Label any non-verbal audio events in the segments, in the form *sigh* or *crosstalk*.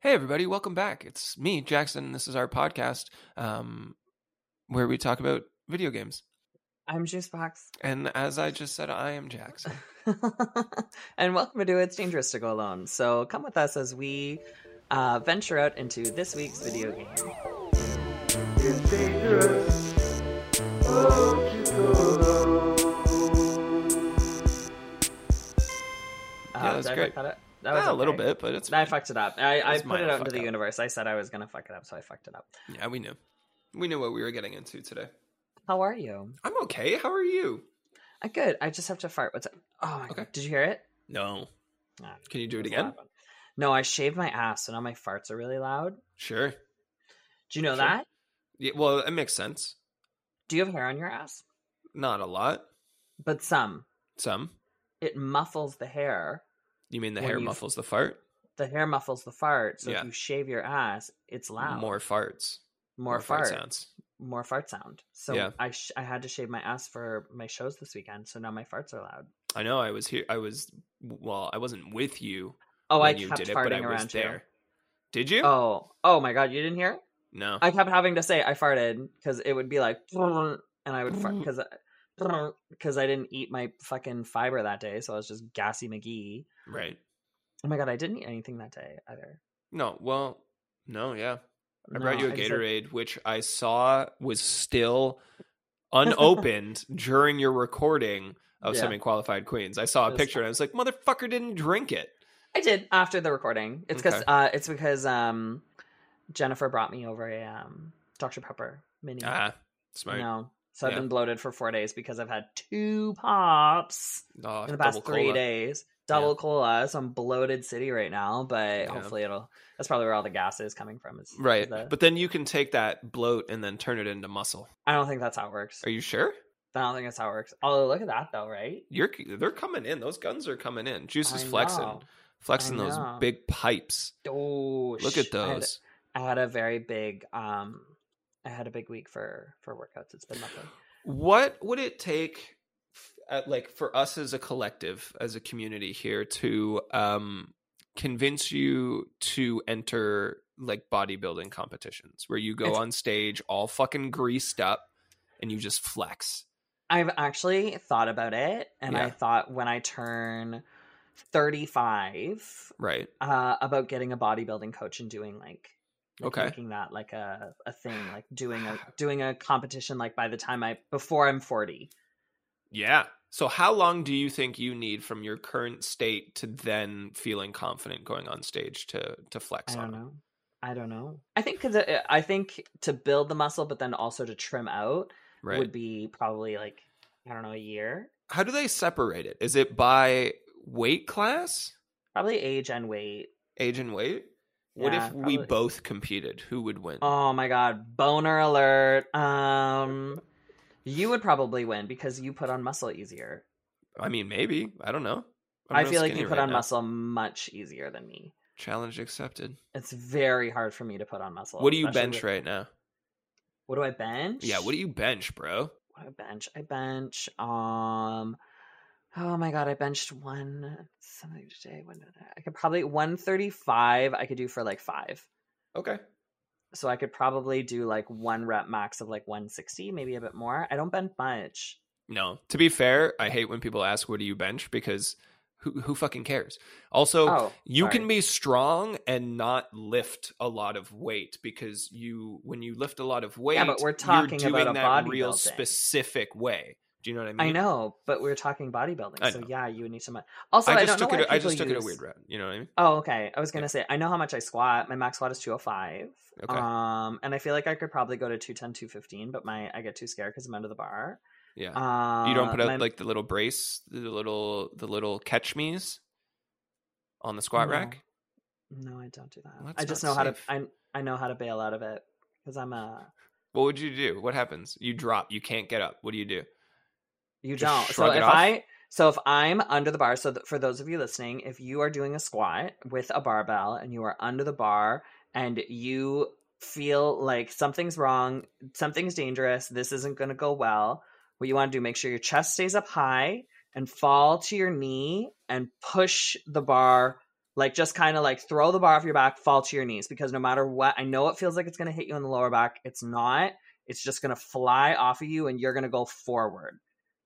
Hey, everybody, welcome back. It's me, Jackson. This is our podcast um, where we talk about video games. I'm Juicebox. And as I just said, I am Jackson. *laughs* and welcome to It's Dangerous to Go Alone. So come with us as we uh, venture out into this week's video game. It's dangerous. Won't you go alone? Yeah, that's Uh, did I fuck great. That, up? *laughs* that was Ah, a little okay. bit, but it's I fine. fucked it up. I, I was put minor it out fuck into the up. universe. I said I was going to fuck it up, so I fucked it up. yeah, we knew. We knew what we were getting into today. How are you? I'm okay. How are you? I'm good. I just have to fart. What's up? Oh, my Okay. God. Did you hear it? No. Ah, Can you do it was again? loud. No, I shaved my ass, so now my farts are really loud. Sure. Do you know Sure. that? Yeah, well, it makes sense. Do you have hair on your ass? Not a lot. But some. Some. It muffles the hair. You mean the When hair you- muffles the fart? The hair muffles the fart. So Yeah. if you shave your ass, it's loud. More farts. more, fart, sounds. more fart sound. So Yeah. I sh- I had to shave my ass for my shows this weekend, so now my farts are loud. I know. I was here. I was. Well, I wasn't with you. Oh, when I you kept did it, farting but I was around there. Did you? you. Oh, oh my god, you didn't hear? it? no. I kept having to say I farted because it would be like, and I would fart because because I didn't eat my fucking fiber that day, so I was just gassy McGee. right. Oh my god, I didn't eat anything that day either. No. Well. No. Yeah. I brought No, you a just had- Gatorade, which I saw was still *laughs* unopened during your recording of Yeah. semi-qualified queens. I saw a Just- picture and I was like, "Motherfucker didn't drink it." I did after the recording. It's because Okay. uh, it's because um, Jennifer brought me over a um, Dr Pepper mini. Ah, smart. No. So I've Yeah. been bloated for four days because I've had two pops Oh, in the double past three cola. days. Double cola, so I'm bloated city right now, but Yeah. hopefully it'll that's probably where all the gas is coming from. Is, is Right. the- But then you can take that bloat and then turn it into muscle. I don't think that's how it works. Are you sure? I don't think that's how it works. Oh look at that though, right? You're they're coming in. Those guns are coming in. Juice is I flexing. know. Flexing I those know. big pipes. Oh Look sh- at I had- those. I had, a very big um I had a big week for for workouts. It's been nothing. What would it take f- at, like for us as a collective, as a community here to um convince you to enter like bodybuilding competitions where you go It's- on stage all fucking greased up and you just flex. I've actually thought about it and Yeah. I thought when I turn 35 Right. uh, about getting a bodybuilding coach and doing like, like Okay. making that like a, a thing like doing *sighs* a doing a competition like by the time i before i'm 40 Yeah. So how long do you think you need from your current state to then feeling confident going on stage to to flex i don't on? it? know i don't know i think because i think to build the muscle but then also to trim out Right. would be probably like i don't know a year how do they separate it? Is it by weight class, probably age and weight age and weight? What Yeah, if we probably. both competed? Who would win? Oh my god, boner alert. Um you would probably win because you put on muscle easier. I mean, maybe. I don't know. I'm I real feel like skinny you put right on now. muscle much easier than me. Challenge accepted. It's very hard for me to put on muscle. what do you especially bench with- right now? What do I bench? Yeah, what do you bench, bro? what do I bench? I bench um Oh my god, I benched one something today. When did I, I could probably 135 I could do for like 5. Okay. So I could probably do like one rep max of like 160, maybe a bit more. I don't bench much. No. To be fair, I hate when people ask what do you bench because who who fucking cares? Also, oh, you sorry. can be strong and not lift a lot of weight because you when you lift a lot of weight Yeah, but we're talking you're about doing a that real bodybuilding. specific way do you know what i mean I know, but we are talking bodybuilding, I so know. yeah, you would need some. Also, I, i just don't took know it why i just people took it a use- weird route you know what i mean Oh, okay. I was gonna Yeah. say I know how much I squat. My max squat is 205. Okay. Um, and I feel like I could probably go to 210, 215, but my I get too scared because I'm under the bar. yeah Uh, you don't put out my- like the little brace the little the little catch me's on the squat No. rack No, I don't do that. Well, that's I just not know how to. safe. I I know how to bail out of it because I'm a. what would you do what happens you drop you can't get up what do you do You Just don't. So shrug it if off? I so if I'm under the bar, so th- for those of you listening, if you are doing a squat with a barbell and you are under the bar and you feel like something's wrong, something's dangerous, this isn't going to go well, what you want to do make sure your chest stays up high and fall to your knee and push the bar Like just kind of like throw the bar off your back, fall to your knees because no matter what, I know it feels like it's going to hit you in the lower back. It's not. It's just going to fly off of you and you're going to go forward.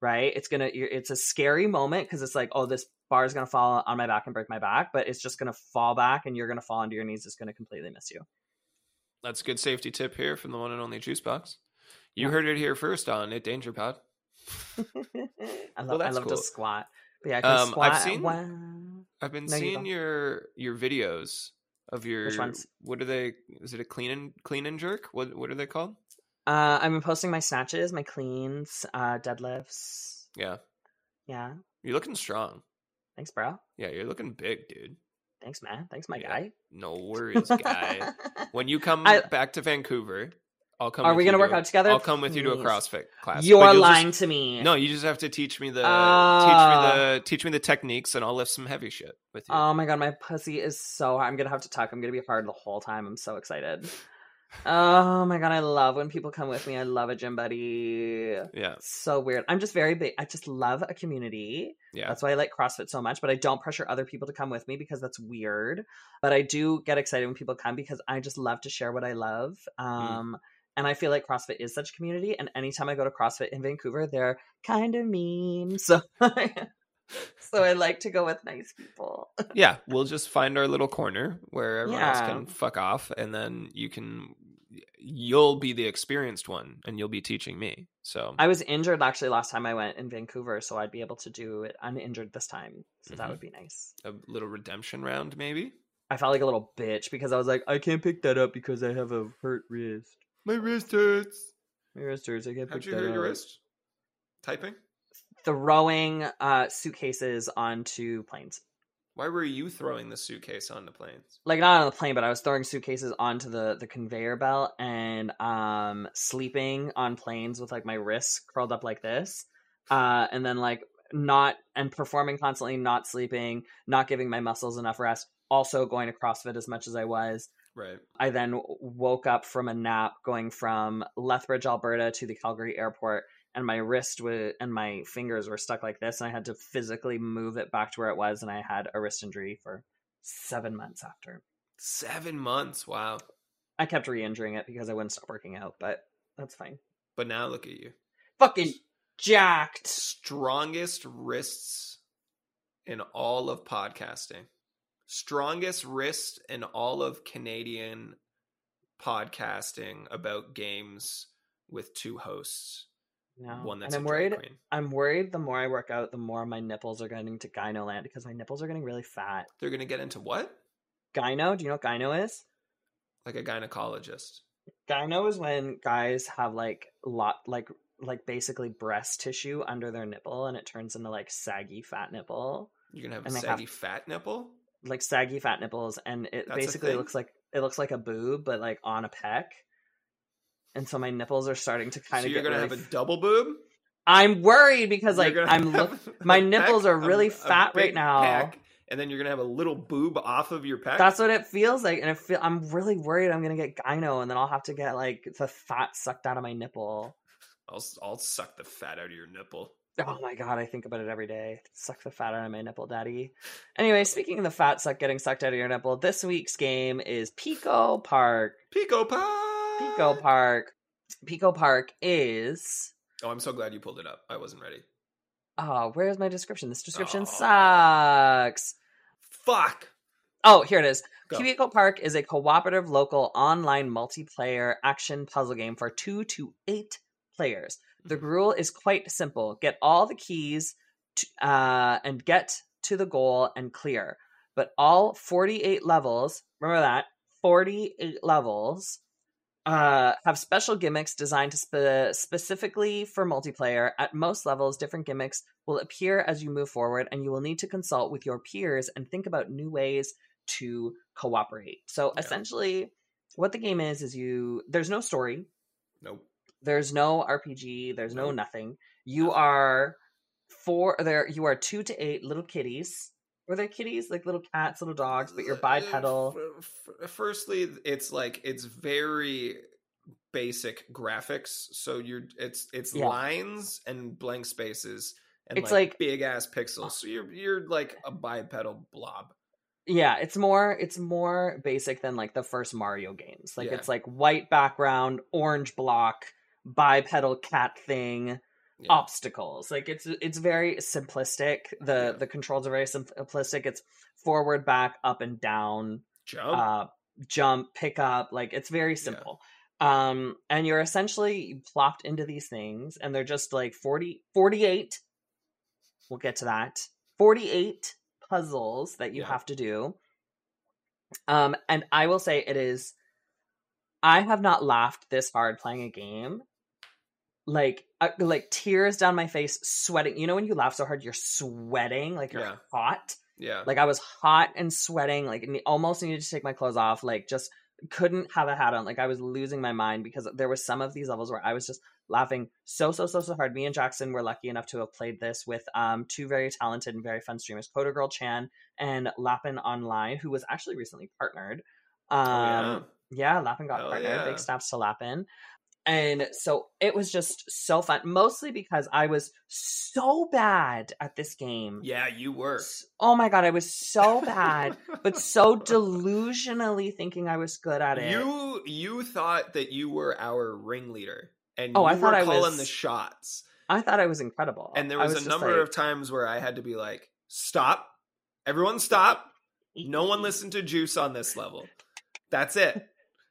Right? It's going to it's a scary moment because it's like, oh, this bar is going to fall on my back and break my back, but it's just going to fall back and you're going to fall onto your knees. It's going to completely miss *laughs* you. That's a good safety tip here from the one and only juice box. You heard it here first on it Danger Pod. I love I love to squat. But yeah, I can Um, squat. I've seen- Wow. I've been No, you seeing go. your your videos of your Which ones? what are they is it a clean and clean and jerk? What what are they called? Uh, I've been posting my snatches, my cleans, uh, deadlifts. Yeah. Yeah, You're looking strong. thanks, bro. Yeah, you're looking big, dude. Thanks, man. Thanks, my Yeah, guy. No worries, *laughs* guy. when you come I- back to Vancouver, I'll come Are with we you gonna work out together? I'll come with you to a Please. CrossFit class. but You're you'll just- lying to me. no, you just have to teach me the Ah. teach me the teach me the techniques and I'll lift some heavy shit with you. Oh my god, my pussy is so hard. I'm gonna have to tuck. I'm gonna be hard the whole time. I'm so excited. Oh my god, I love when people come with me. I love a gym buddy. yeah. So weird. I'm just very big. I just love a community. Yeah. That's why I like CrossFit so much, but I don't pressure other people to come with me because that's weird. But I do get excited when people come because I just love to share what I love. Um, And I feel like CrossFit is such a community. And anytime I go to CrossFit in Vancouver, they're kind of mean. So, *laughs* so I like to go with nice people. yeah, we'll just find our little corner where everyone else Yeah. can fuck off, and then you can, you'll be the experienced one, and you'll be teaching me. So I was injured actually last time I went in Vancouver, so I'd be able to do it uninjured this time. So that Mhm. would be nice. a little redemption round, maybe. I felt like a little bitch because I was like, I can't pick that up because I have a hurt wrist. My wrist hurts. My wrist hurts. I can't How'd pick you that hurt your up. wrist? Typing. throwing uh suitcases onto planes. Why were you throwing the suitcase on the planes? Like not on the plane, but I was throwing suitcases onto the the conveyor belt and um sleeping on planes with like my wrists curled up like this. Uh and then like not and performing constantly, not sleeping, not giving my muscles enough rest, also going to CrossFit as much as I was. Right. I then w- woke up from a nap going from Lethbridge, Alberta to the Calgary airport, and my wrist was, and my fingers were stuck like this, and I had to physically move it back to where it was, and I had a wrist injury for seven months after. Seven months. Wow. I kept re injuring it because I wouldn't stop working out, but that's fine. But now look at you. Fucking jacked. Strongest wrists in all of podcasting. Strongest wrist in all of Canadian podcasting about games with two hosts. No. One that's and I'm a drag worried. queen. I'm worried the more I work out, the more my nipples are going to gyno land because my nipples are getting really fat. They're gonna get into what? Gyno, do you know what gyno is? Like a gynecologist. Gyno is when guys have like lot like like basically breast tissue under their nipple and it turns into like saggy fat nipple. You're gonna have a And they saggy fat nipple? Like saggy fat nipples and it That's a basically thing? looks like it looks like a boob but like on a peck. And so my nipples are starting to kind so of you're get gonna really have a f- double boob? I'm worried because You're like gonna I'm *laughs* look have my a nipples peck, are really fat right big now. peck, and then you're gonna have a little boob off of your peck. that's what it feels like and it feel I'm really worried I'm going to get gyno and then I'll have to get like the fat sucked out of my nipple. I'll I'll suck the fat out of your nipple. Oh my god, I think about it every day. Suck the fat out of my nipple, daddy. Anyway, speaking of the fat suck getting sucked out of your nipple, this week's game is Pico Park. Pico pie. *gasps* Pico Park. Pico Park is Oh, I'm so glad you pulled it up. I wasn't ready. Oh, where's my description? This description Oh. sucks. Fuck. Oh, here it is. Go. Cubicle Park is a cooperative local online multiplayer action puzzle game for two to eight players. The Mhm. rule is quite simple get all the keys to, uh, and get to the goal and clear. But all 48 levels, remember that, 48 eh, levels uh, have special gimmicks designed to spe- specifically for multiplayer. At most levels, different gimmicks will appear as you move forward, and you will need to consult with your peers and think about new ways to cooperate. So Yeah. essentially, what the game is is you there's no story, Nope. there's no RPG, there's no Nope. nothing. You Mm-hmm. Nothing. are four there you are two to eight little kitties. Were they kitties? Like little cats, little dogs, but you're Uh, bipedal. f- f- Firstly, it's like it's very basic graphics. So you're it's it's Yeah. lines and blank spaces and It's like- uh, big ass pixels. So you're you're like a bipedal blob. yeah it's more it's more basic than like the first mario games like Yeah. it's like white background orange block bipedal cat thing Yeah. obstacles like it's it's very simplistic the Yeah. the controls are very simplistic it's forward back up and down Jump. uh, jump, pick up. Like it's very simple. Um, and you're essentially plopped into these things, and they're just like 40, 48. We'll get to that. 48 puzzles that you Yeah. have to do. Um, and I will say it is, I have not laughed this hard playing a game. Like, uh, like tears down my face, sweating. You know, when you laugh so hard, you're sweating, like you're Yeah. hot yeah. like i was hot and sweating like ne- almost needed to take my clothes off like just couldn't have a hat on like i was losing my mind because there was some of these levels where i was just laughing so so so so hard me and jackson were lucky enough to have played this with um two very talented and very fun streamers coda girl chan and lapin online who was actually recently partnered um Oh, yeah. yeah, Lappin got Hell partnered. yeah. Big snaps to Lappin. And so it was just so fun, mostly because I was so bad at this game. yeah. you were. S- Oh my god, I was so bad, but so *laughs* delusionally thinking I was good at it. You you thought that you were our ringleader, and Oh, you I thought were I calling was- the shots. I thought I was incredible. And there I was, a just number like, of times where I had to be like, "Stop, everyone, stop! No *laughs* one listen to Juice on this level. That's it."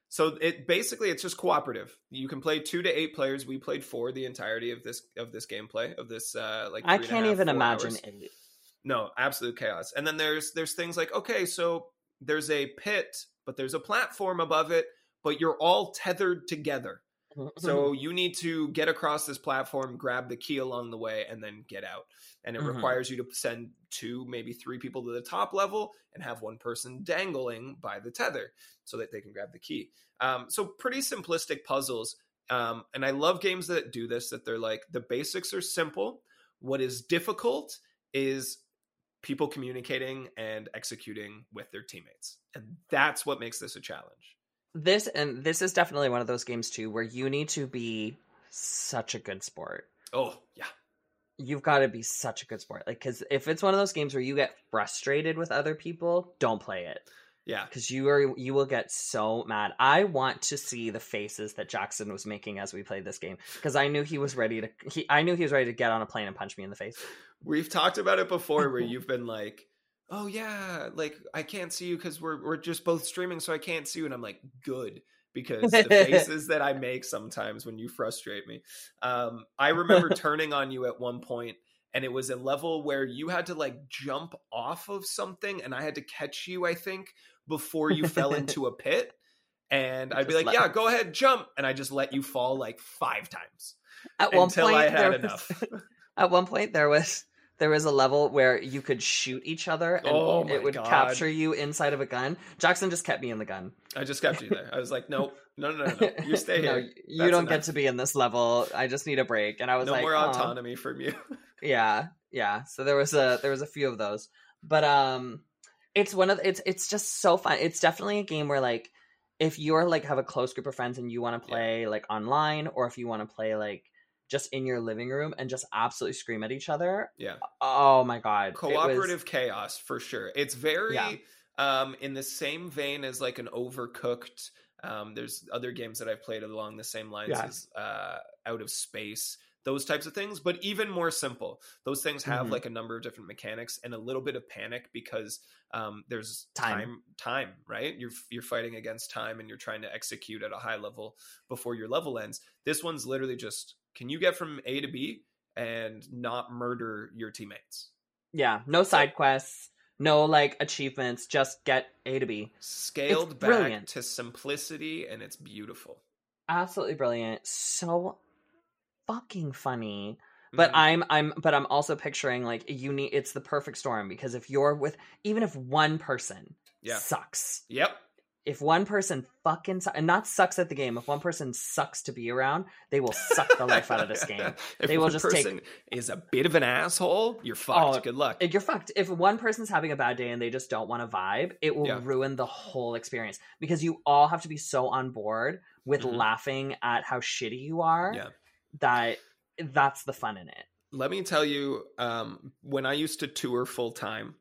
So it basically it's just cooperative. You can play two to eight players. We played four the entirety of this of this gameplay of this uh like. three I and a can't half, even four imagine hours. it. No, absolute chaos. And then there's there's things like okay, so there's a pit, but there's a platform above it, but you're all tethered together. So you need to get across this platform, grab the key along the way, and then get out. And it Mhm. requires you to send two, maybe three people to the top level and have one person dangling by the tether so that they can grab the key. Um, so pretty simplistic puzzles. Um, and I love games that do this, that they're like the basics are simple. What is difficult is people communicating and executing with their teammates. And that's what makes this a challenge. *laughs* this and this is definitely one of those games too where you need to be such a good sport. Oh, yeah. You've got to be such a good sport. Like cuz if it's one of those games where you get frustrated with other people, don't play it. Yeah. because you are you will get so mad. I want to see the faces that Jackson was making as we played this game because I knew he was ready to. He, I knew he was ready to get on a plane and punch me in the face. We've talked about it before *laughs* where you've been like, "Oh yeah, like I can't see you cuz we're we're just both streaming so I can't see you." And I'm like, "Good." Because *laughs* the faces that I make sometimes when you frustrate me. Um I *laughs* remember turning on you at one point and it was a level where you had to like jump off of something and I had to catch you, I think, before you *laughs* fell into a pit. And You I'd be just like, let- "Yeah, go ahead, jump." And I just let you fall like 5 times At one until point, I there had was- enough. *laughs* At one point, there was there was a level where you could shoot each other and Oh my it would God. capture you inside of a gun. Jackson just kept me in the gun. I just kept you there. I was like, nope, no, no, no, no. You *laughs* stay No, here. you That's don't get enough. to be in this level. I just need a break. And I was no like, more "Aw." autonomy from you. yeah yeah so there was a there was a few of those but um it's one of it's it's just so fun it's definitely a game where like if you're like have a close group of friends and you want to Yeah. play like online or if you want to play like just in your living room and just absolutely scream at each other Yeah. oh my god it was- Cooperative chaos for sure. It's very Yeah. um in the same vein as like an overcooked. Um, there's other games that I've played along the same lines Yeah. as uh, Out of Space, those types of things, but even more simple. Those things have Mhm. like a number of different mechanics and a little bit of panic because um, there's Time. time, time, right? You're you're fighting against time and you're trying to execute at a high level before your level ends. This one's literally just can you get from A to B and not murder your teammates? yeah no side quests no like achievements just get a to b Scaled back brilliant. to simplicity and it's beautiful. absolutely brilliant so fucking funny but Mhm. i'm i'm but i'm also picturing like you need it's the perfect storm because if you're with even if one person yeah. sucks Yep. if one person fucking su- and not sucks at the game if one person sucks to be around they will suck the life out of this game *laughs* If They will one just take- person is a bit of an asshole, you're fucked. Oh, Good luck. If you're fucked if one person's having a bad day and they just don't want to vibe it will Yeah. ruin the whole experience because you all have to be so on board with Mhm. laughing at how shitty you are yeah. that that's the fun in it Let me tell you, um, when I used to tour full time,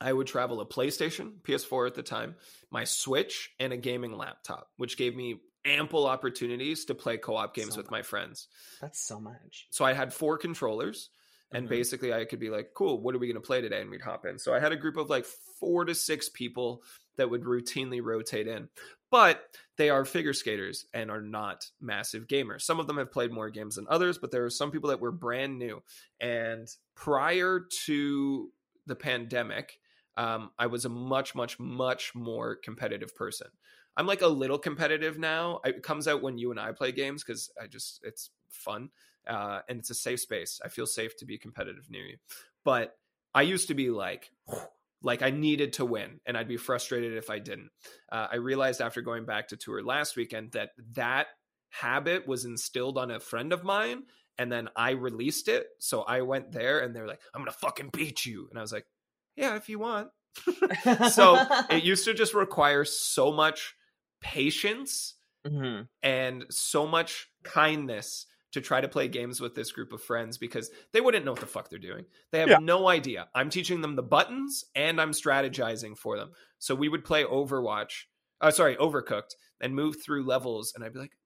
I would travel a PlayStation, PS4 at the time, my Switch, and a gaming laptop, which gave me ample opportunities to play co-op games So with my friends. That's so much. So I had four controllers and Mhm. basically I could be like, "Cool, what are we going to play today?" and we'd hop in. So I had a group of like 4 to 6 people that would routinely rotate in. But they are figure skaters and are not massive gamers. Some of them have played more games than others, but there are some people that were brand new. And prior to the pandemic, um, I was a much, much, much more competitive person. I'm like a little competitive now. It comes out when you and I play games because I just, it's fun uh, and it's a safe space. I feel safe to be competitive near you. But I used to be like, like I needed to win and I'd be frustrated if I didn't. Uh, I realized after going back to tour last weekend that that habit was instilled on a friend of mine and then I released it. So I went there and they're like, I'm going to fucking beat you. And I was like, yeah, if you want. *laughs* *laughs* So, it used to just require so much patience Mhm. and so much kindness to try to play games with this group of friends because they wouldn't know what the fuck they're doing. They have Yeah. no idea. I'm teaching them the buttons and I'm strategizing for them. So we would play Overwatch, uh, sorry, Overcooked, and move through levels. And I'd be like,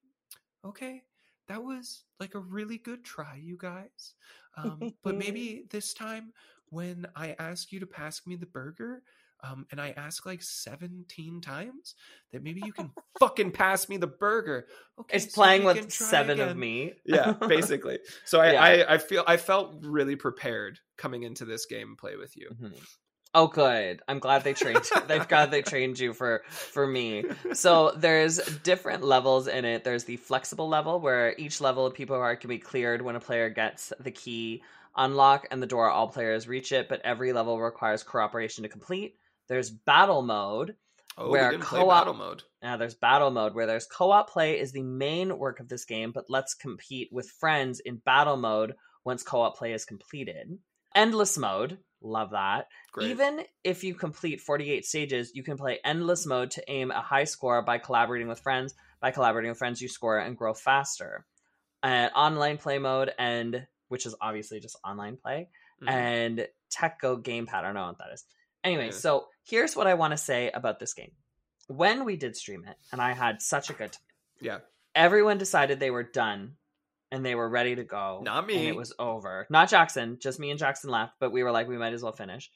okay, that was like a really good try, you guys. Um, but maybe this time when I ask you to pass me the burger, um, and I ask like 17 times that maybe you can fucking pass me the burger. Okay, it's so playing you can with try seven of again." me. *laughs* *laughs* yeah basically so I, Yeah. I i feel i felt really prepared coming into this game and play with you Mhm. Oh, good. I'm glad they trained. *laughs* They've got they trained you for for me. So there's different levels in it. There's the flexible level where each level of people are can be cleared when a player gets the key unlock and the door. All players reach it, but every level requires cooperation to complete. There's battle mode. *laughs* oh we Where didn't play co-op- battle mode Now there's battle mode where there's co-op play is the main work of this game, but let's compete with friends in battle mode once co-op play is completed. Endless mode, love that. great Even if you complete 48 stages, you can play endless mode to aim a high score by collaborating with friends. By collaborating with friends, you score and grow faster. And online play mode, and which is obviously just online play, Mhm. and Tech Go gamepad. I don't know what that is. Anyway, Yeah. so here's what I want to say about this game. When we did stream it, and I had such a good time, yeah everyone decided they were done and they were ready to go. Not And me. it was over. Not Jackson, just me and Jackson left, but we were like, we might as well finish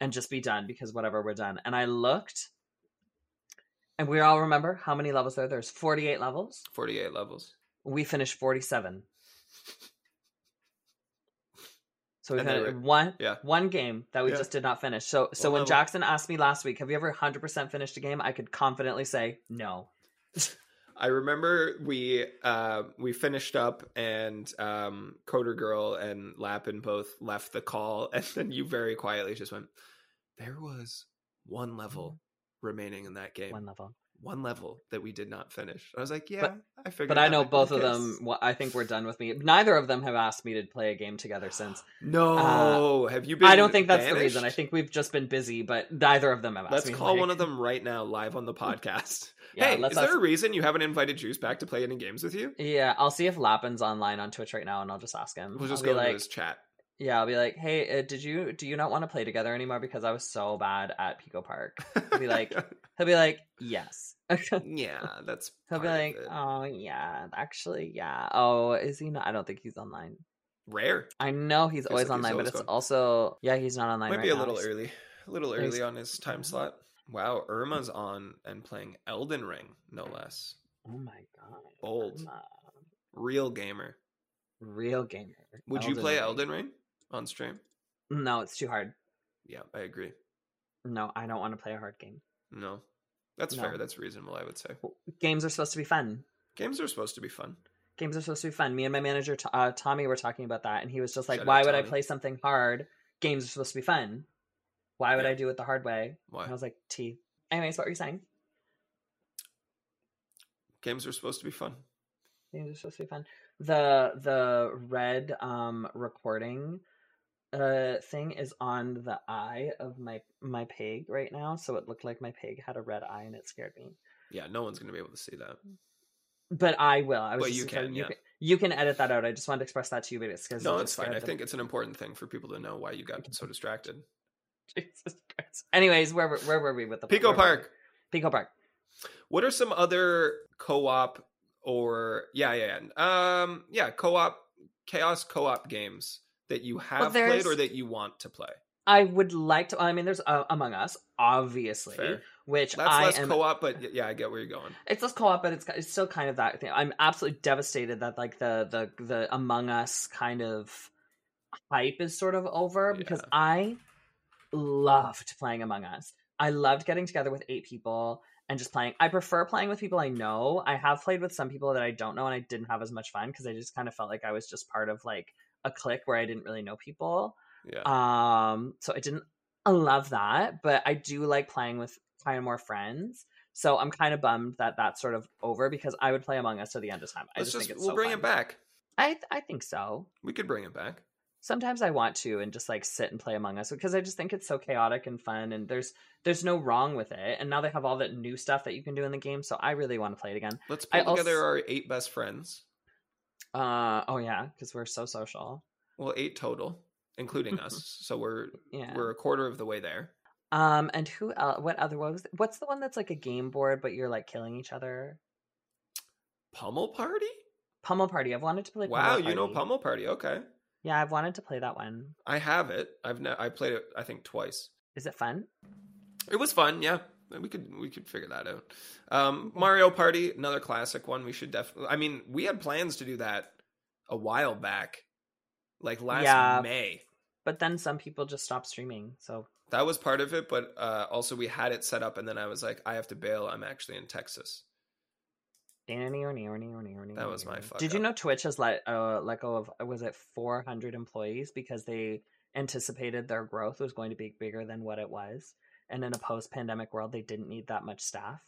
and just be done because whatever, we're done. And I looked and we all remember how many levels there are. There's 48 levels. 48 levels We finished 47. So we And they finished were- one yeah. one game that we Yeah. just did not finish. So so One when level. Jackson asked me last week, have you ever 100% finished a game? I could confidently say no. i remember we uh we finished up and um coder girl and lapin both left the call *laughs* and then you very quietly just went there was one level remaining in that game Mm-hmm. One one, level. level that we did not finish i was like yeah i figured But I that know would be the both of case." them. uh, Well, I think we're done with me. Neither of them have asked me to play a game together since. no have you been I don't think that's the reason. I banished? think we've just been busy, but neither of them have asked Let's me. to call play. one of them right now, live *laughs* on the podcast. Yeah, hey, let's is there ask- a reason you haven't invited Juice back to play any games with you? Yeah, I'll see if Lappin's online on Twitch right now, and I'll just ask him. We'll just I'll be go into like, his chat. yeah, I'll be like, hey, uh, did you do you not want to play together anymore because I was so bad at Pico Park? I'll be like- *laughs* He'll be like, yes. He'll yeah, *laughs* that's. be part of like, it. oh yeah, actually, yeah. Oh, is he not? I don't think he's online. rare. I know he's Feels always like he's online, always but it's gone. also yeah, he's not online Might right be a now. little He's- early, a little There's- early on his time slot. Wow, Irma's on and playing Elden Ring, no less. Oh my god, Bold. I'm a Real gamer. real gamer. Would you play Ring. Elden Ring on stream? No, it's too hard. Yeah, I agree. No, I don't want to play a hard game. No, that's No. fair. That's reasonable. I would say Games are supposed to be fun. games are supposed to be fun. Games are supposed to be fun. Me and my manager T- uh, Tommy were talking about that, and he was just like, Shout out "Why would I Tommy. play something hard? Games are supposed to be fun. Why would Yeah. I do it the hard way?" Why? And I was like, "T." Anyways, what were you saying? Games are supposed to be fun. Games are supposed to be fun. The the red um recording uh thing is on the eye of my my pig right now, so it looked like my pig had a red eye, and it scared me. Yeah, no one's gonna be able to see that. But I will. I was Well, just you excited- can, you yeah. can you can edit that out. I just wanted to express that to you, but it's because No, it's fine. I think it's an important thing for people to know why you got so distracted. *laughs* Jesus Christ. Anyways, where were- where were we with the Pico where were we? Park. Pico Park. What are some other co-op or yeah, yeah, yeah. um, yeah, co-op chaos co-op games that you have played there's- or that you want to play? I would like to. I mean, there's uh, Among Us, obviously, Fair. which That's I less am. co-op, but y- yeah, I get where you're going. it's less co-op, but it's it's still kind of that thing. I'm absolutely devastated that like the the the Among Us kind of hype is sort of over because Yeah. I loved playing Among Us. I loved getting together with eight people and just playing. I prefer playing with people I know. I have played with some people that I don't know, and I didn't have as much fun because I just kind of felt like I was just part of like a clique where I didn't really know people. Yeah. Um, so I didn't love that, but I do like playing with kind of more friends. So I'm kind of bummed that that's sort of over because I would play Among Us to the end of time. I Let's just, just, think it's we'll so bring fun. it back. I I think so. We could bring it back. Sometimes I want to and just like sit and play Among Us because I just think it's so chaotic and fun and there's there's no wrong with it. And now they have all that new stuff that you can do in the game, so I really want to play it again. Let's I pull together also- our eight best friends. Uh oh yeah, because we're so social. Well, eight total, including us. So we're Mm-hmm. Yeah. we're a quarter of the way there. um and who else what other what was what's the one that's like a game board but you're like killing each other? Pummel Party? Pummel Party. I've wanted to play. wow, Pummel you know Party. Pummel Party. Okay. Yeah, I've wanted to play that one. I have it. I've ne- I played it I think twice. Is it fun? It was fun, yeah. We could we could figure that out. Um Mario Party, another classic one. We should definitely I mean, we had plans to do that a while back. Like last Yeah. May. But then some people just stop streaming. So That was part of it, but uh also we had it set up and then I was like, I have to bail. I'm actually in Texas. That that was my fuck Did you up. know Twitch has let uh, let go of was it 400 employees because they anticipated their growth was going to be bigger than what it was, and in a post pandemic world, they didn't need that much staff.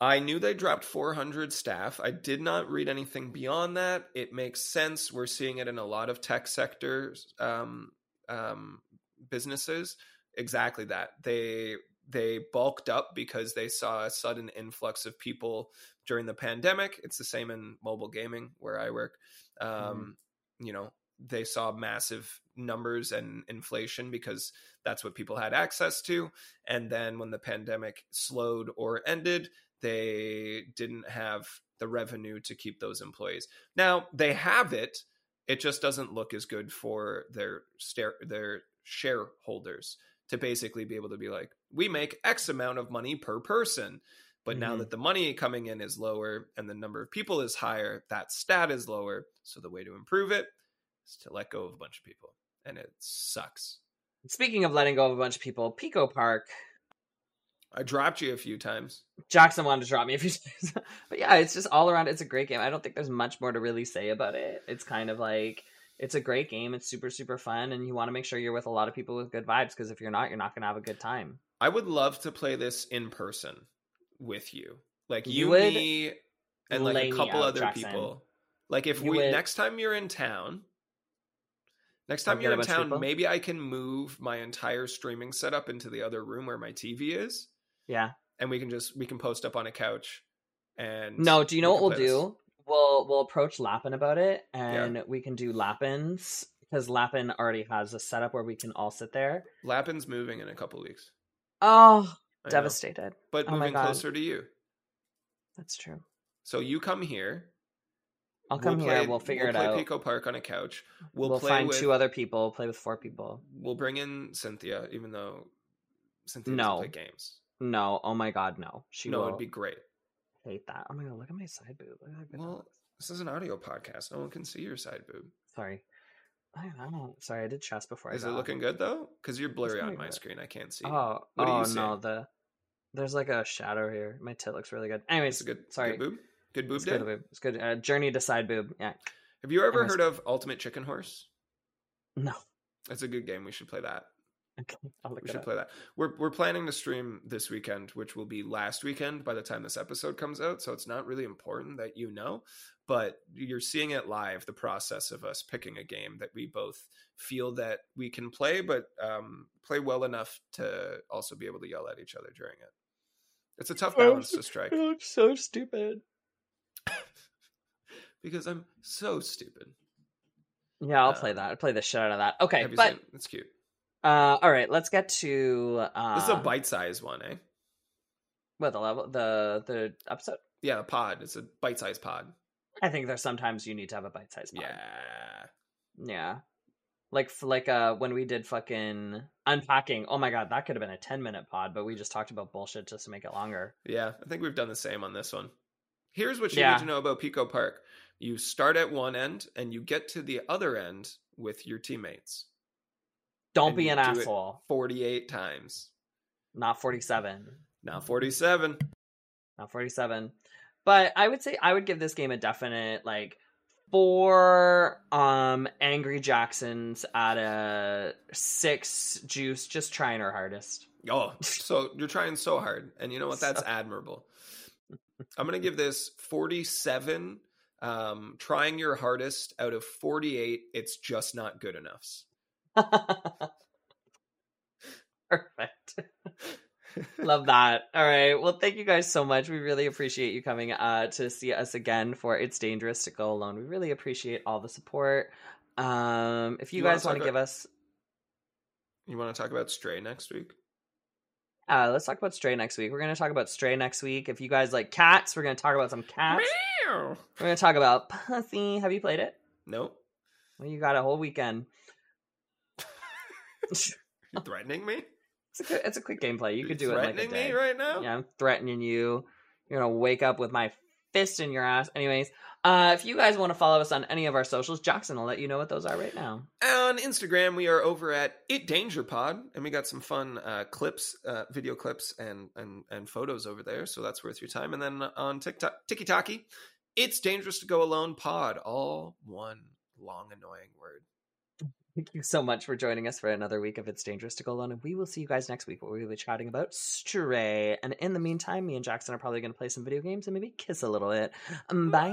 I knew they dropped 400 staff. I did not read anything beyond that. It makes sense. We're seeing it in a lot of tech sectors, um, um, businesses. Exactly that. They they bulked up because they saw a sudden influx of people during the pandemic. It's the same in mobile gaming where I work. Um, You know, they saw massive numbers and inflation because that's what people had access to. And then when the pandemic slowed or ended, they didn't have the revenue to keep those employees. Now they have it; it just doesn't look as good for their stare, their shareholders to basically be able to be like, we make X amount of money per person, but now Mhm. that the money coming in is lower and the number of people is higher, that stat is lower. So the way to improve it is to let go of a bunch of people, and it sucks. Speaking of letting go of a bunch of people, Pico Park I dropped you a few times. Jackson wanted to drop me a *laughs* few times. but yeah, it's just all around. It's a great game. I don't think there's much more to really say about it. It's kind of like it's a great game. It's super super fun, and you want to make sure you're with a lot of people with good vibes because if you're not, you're not gonna have a good time. I would love to play this in person with you. Like You you, would me, and like lay a me couple out, other Jackson. people. Like if You we would- next time you're in town, next I'll time get you're a in bunch of town, people. maybe I can move my entire streaming setup into the other room where my TV is, Yeah. and we can just we can post up on a couch. And No. Do you know we what can we'll play this. do? We'll we'll approach Lappin about it, and we can do Lappin's because Lappin already has a setup where we can all sit there. Lappin's moving in a couple weeks. Oh, I know, devastated. but Oh my moving God. closer to you. That's true. So you come here. I'll come we'll here. play- we'll figure it play out. Pico Park on a couch. We'll, we'll play find with two other people. Play with four people. we'll bring in Cynthia, even though Cynthia No. doesn't play games. No. Oh my God. No. She no, will. it'd be great. hate that. Oh my god, look at my side boob. Look at how good that Well- looks. This is an audio podcast. No one can see your side boob. sorry. I don't know. Sorry, I did chest before. Is I it got up. looking good though? Because you're blurry on pretty my good. screen. I can't see. Oh, What do you oh see? no, the there's like a shadow here. My tit looks really good. it's Anyways, a good Good sorry. boob. Good boob it's day. good. Boob. It's good. Uh, journey to side boob. Yeah. Have you ever Anyways. heard of Ultimate Chicken Horse? No. *laughs* It's a good game. We should play that. Okay. I'll look We it should up. play that. We're we're planning to stream this weekend, which will be last weekend by the time this episode comes out. So it's not really important that you know, but you're seeing it live. The process of us picking a game that we both feel that we can play, but um, play well enough to also be able to yell at each other during it. It's a tough Oh, balance to strike It looks so stupid. because I'm so stupid. Yeah, I'll Uh, play that. I'll play the shit out of that. Okay, Have you but seen? It's cute. Uh, all right, let's get to uh, this is a bite-sized one, eh? What the level the the episode? Yeah, a pod. It's a bite-sized pod. I think there's sometimes you need to have a bite sized pod. Yeah. Yeah. Like f- like uh when we did fucking unpacking. Oh my god, that could have been a 10 minute pod, but we just talked about bullshit just to make it longer. Yeah, I think we've done the same on this one. Here's what you Yeah. need to know about Pico Park. You start at one end and you get to the other end with your teammates Don't And be you an do it. asshole. 48 times. Not 47. Now 47. Not 47. But I would say I would give this game a definite like four um angry Jacksons out of six juice just trying her hardest. Oh, so you're trying so hard. And you know what? That's *laughs* So- admirable. I'm going to give this 47 um trying your hardest out of 48 it's just not good enough. *laughs* Perfect. Love that. All right. Well, thank you guys so much. We really appreciate you coming uh, to see us again for It's Dangerous to Go Alone. We really appreciate all the support. Um, if you, You wanna guys want talk about- to give us, You want to talk about Stray next week? uh, let's talk about Stray next week. We're going to talk about Stray next week. If you guys like cats, we're going to talk about some cats. Meow. We're going to talk about Pussy. Have you played it? Nope. Well, you got a whole weekend. You threatening me? It's a, good, it's a quick gameplay. You Are could do it in like a threatening day. me right now? Yeah, I'm threatening you. You're gonna wake up with my fist in your ass. Anyways, uh, if you guys want to follow us on any of our socials, Jackson will let you know what those are right now. On Instagram, we are over at It Danger Pod, and we got some fun uh, clips, uh, video clips, and, and and photos over there. So that's worth your time. And then on TikTok, Tiki It's Dangerous to Go Alone Pod, all one long annoying word. Thank you so much for joining us for another week of It's Dangerous to Go Alone, and we will see you guys next week where we'll be chatting about Stray. And in the meantime, me and Jackson are probably gonna play some video games and maybe kiss a little bit. Um, Bye.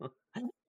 Hmm.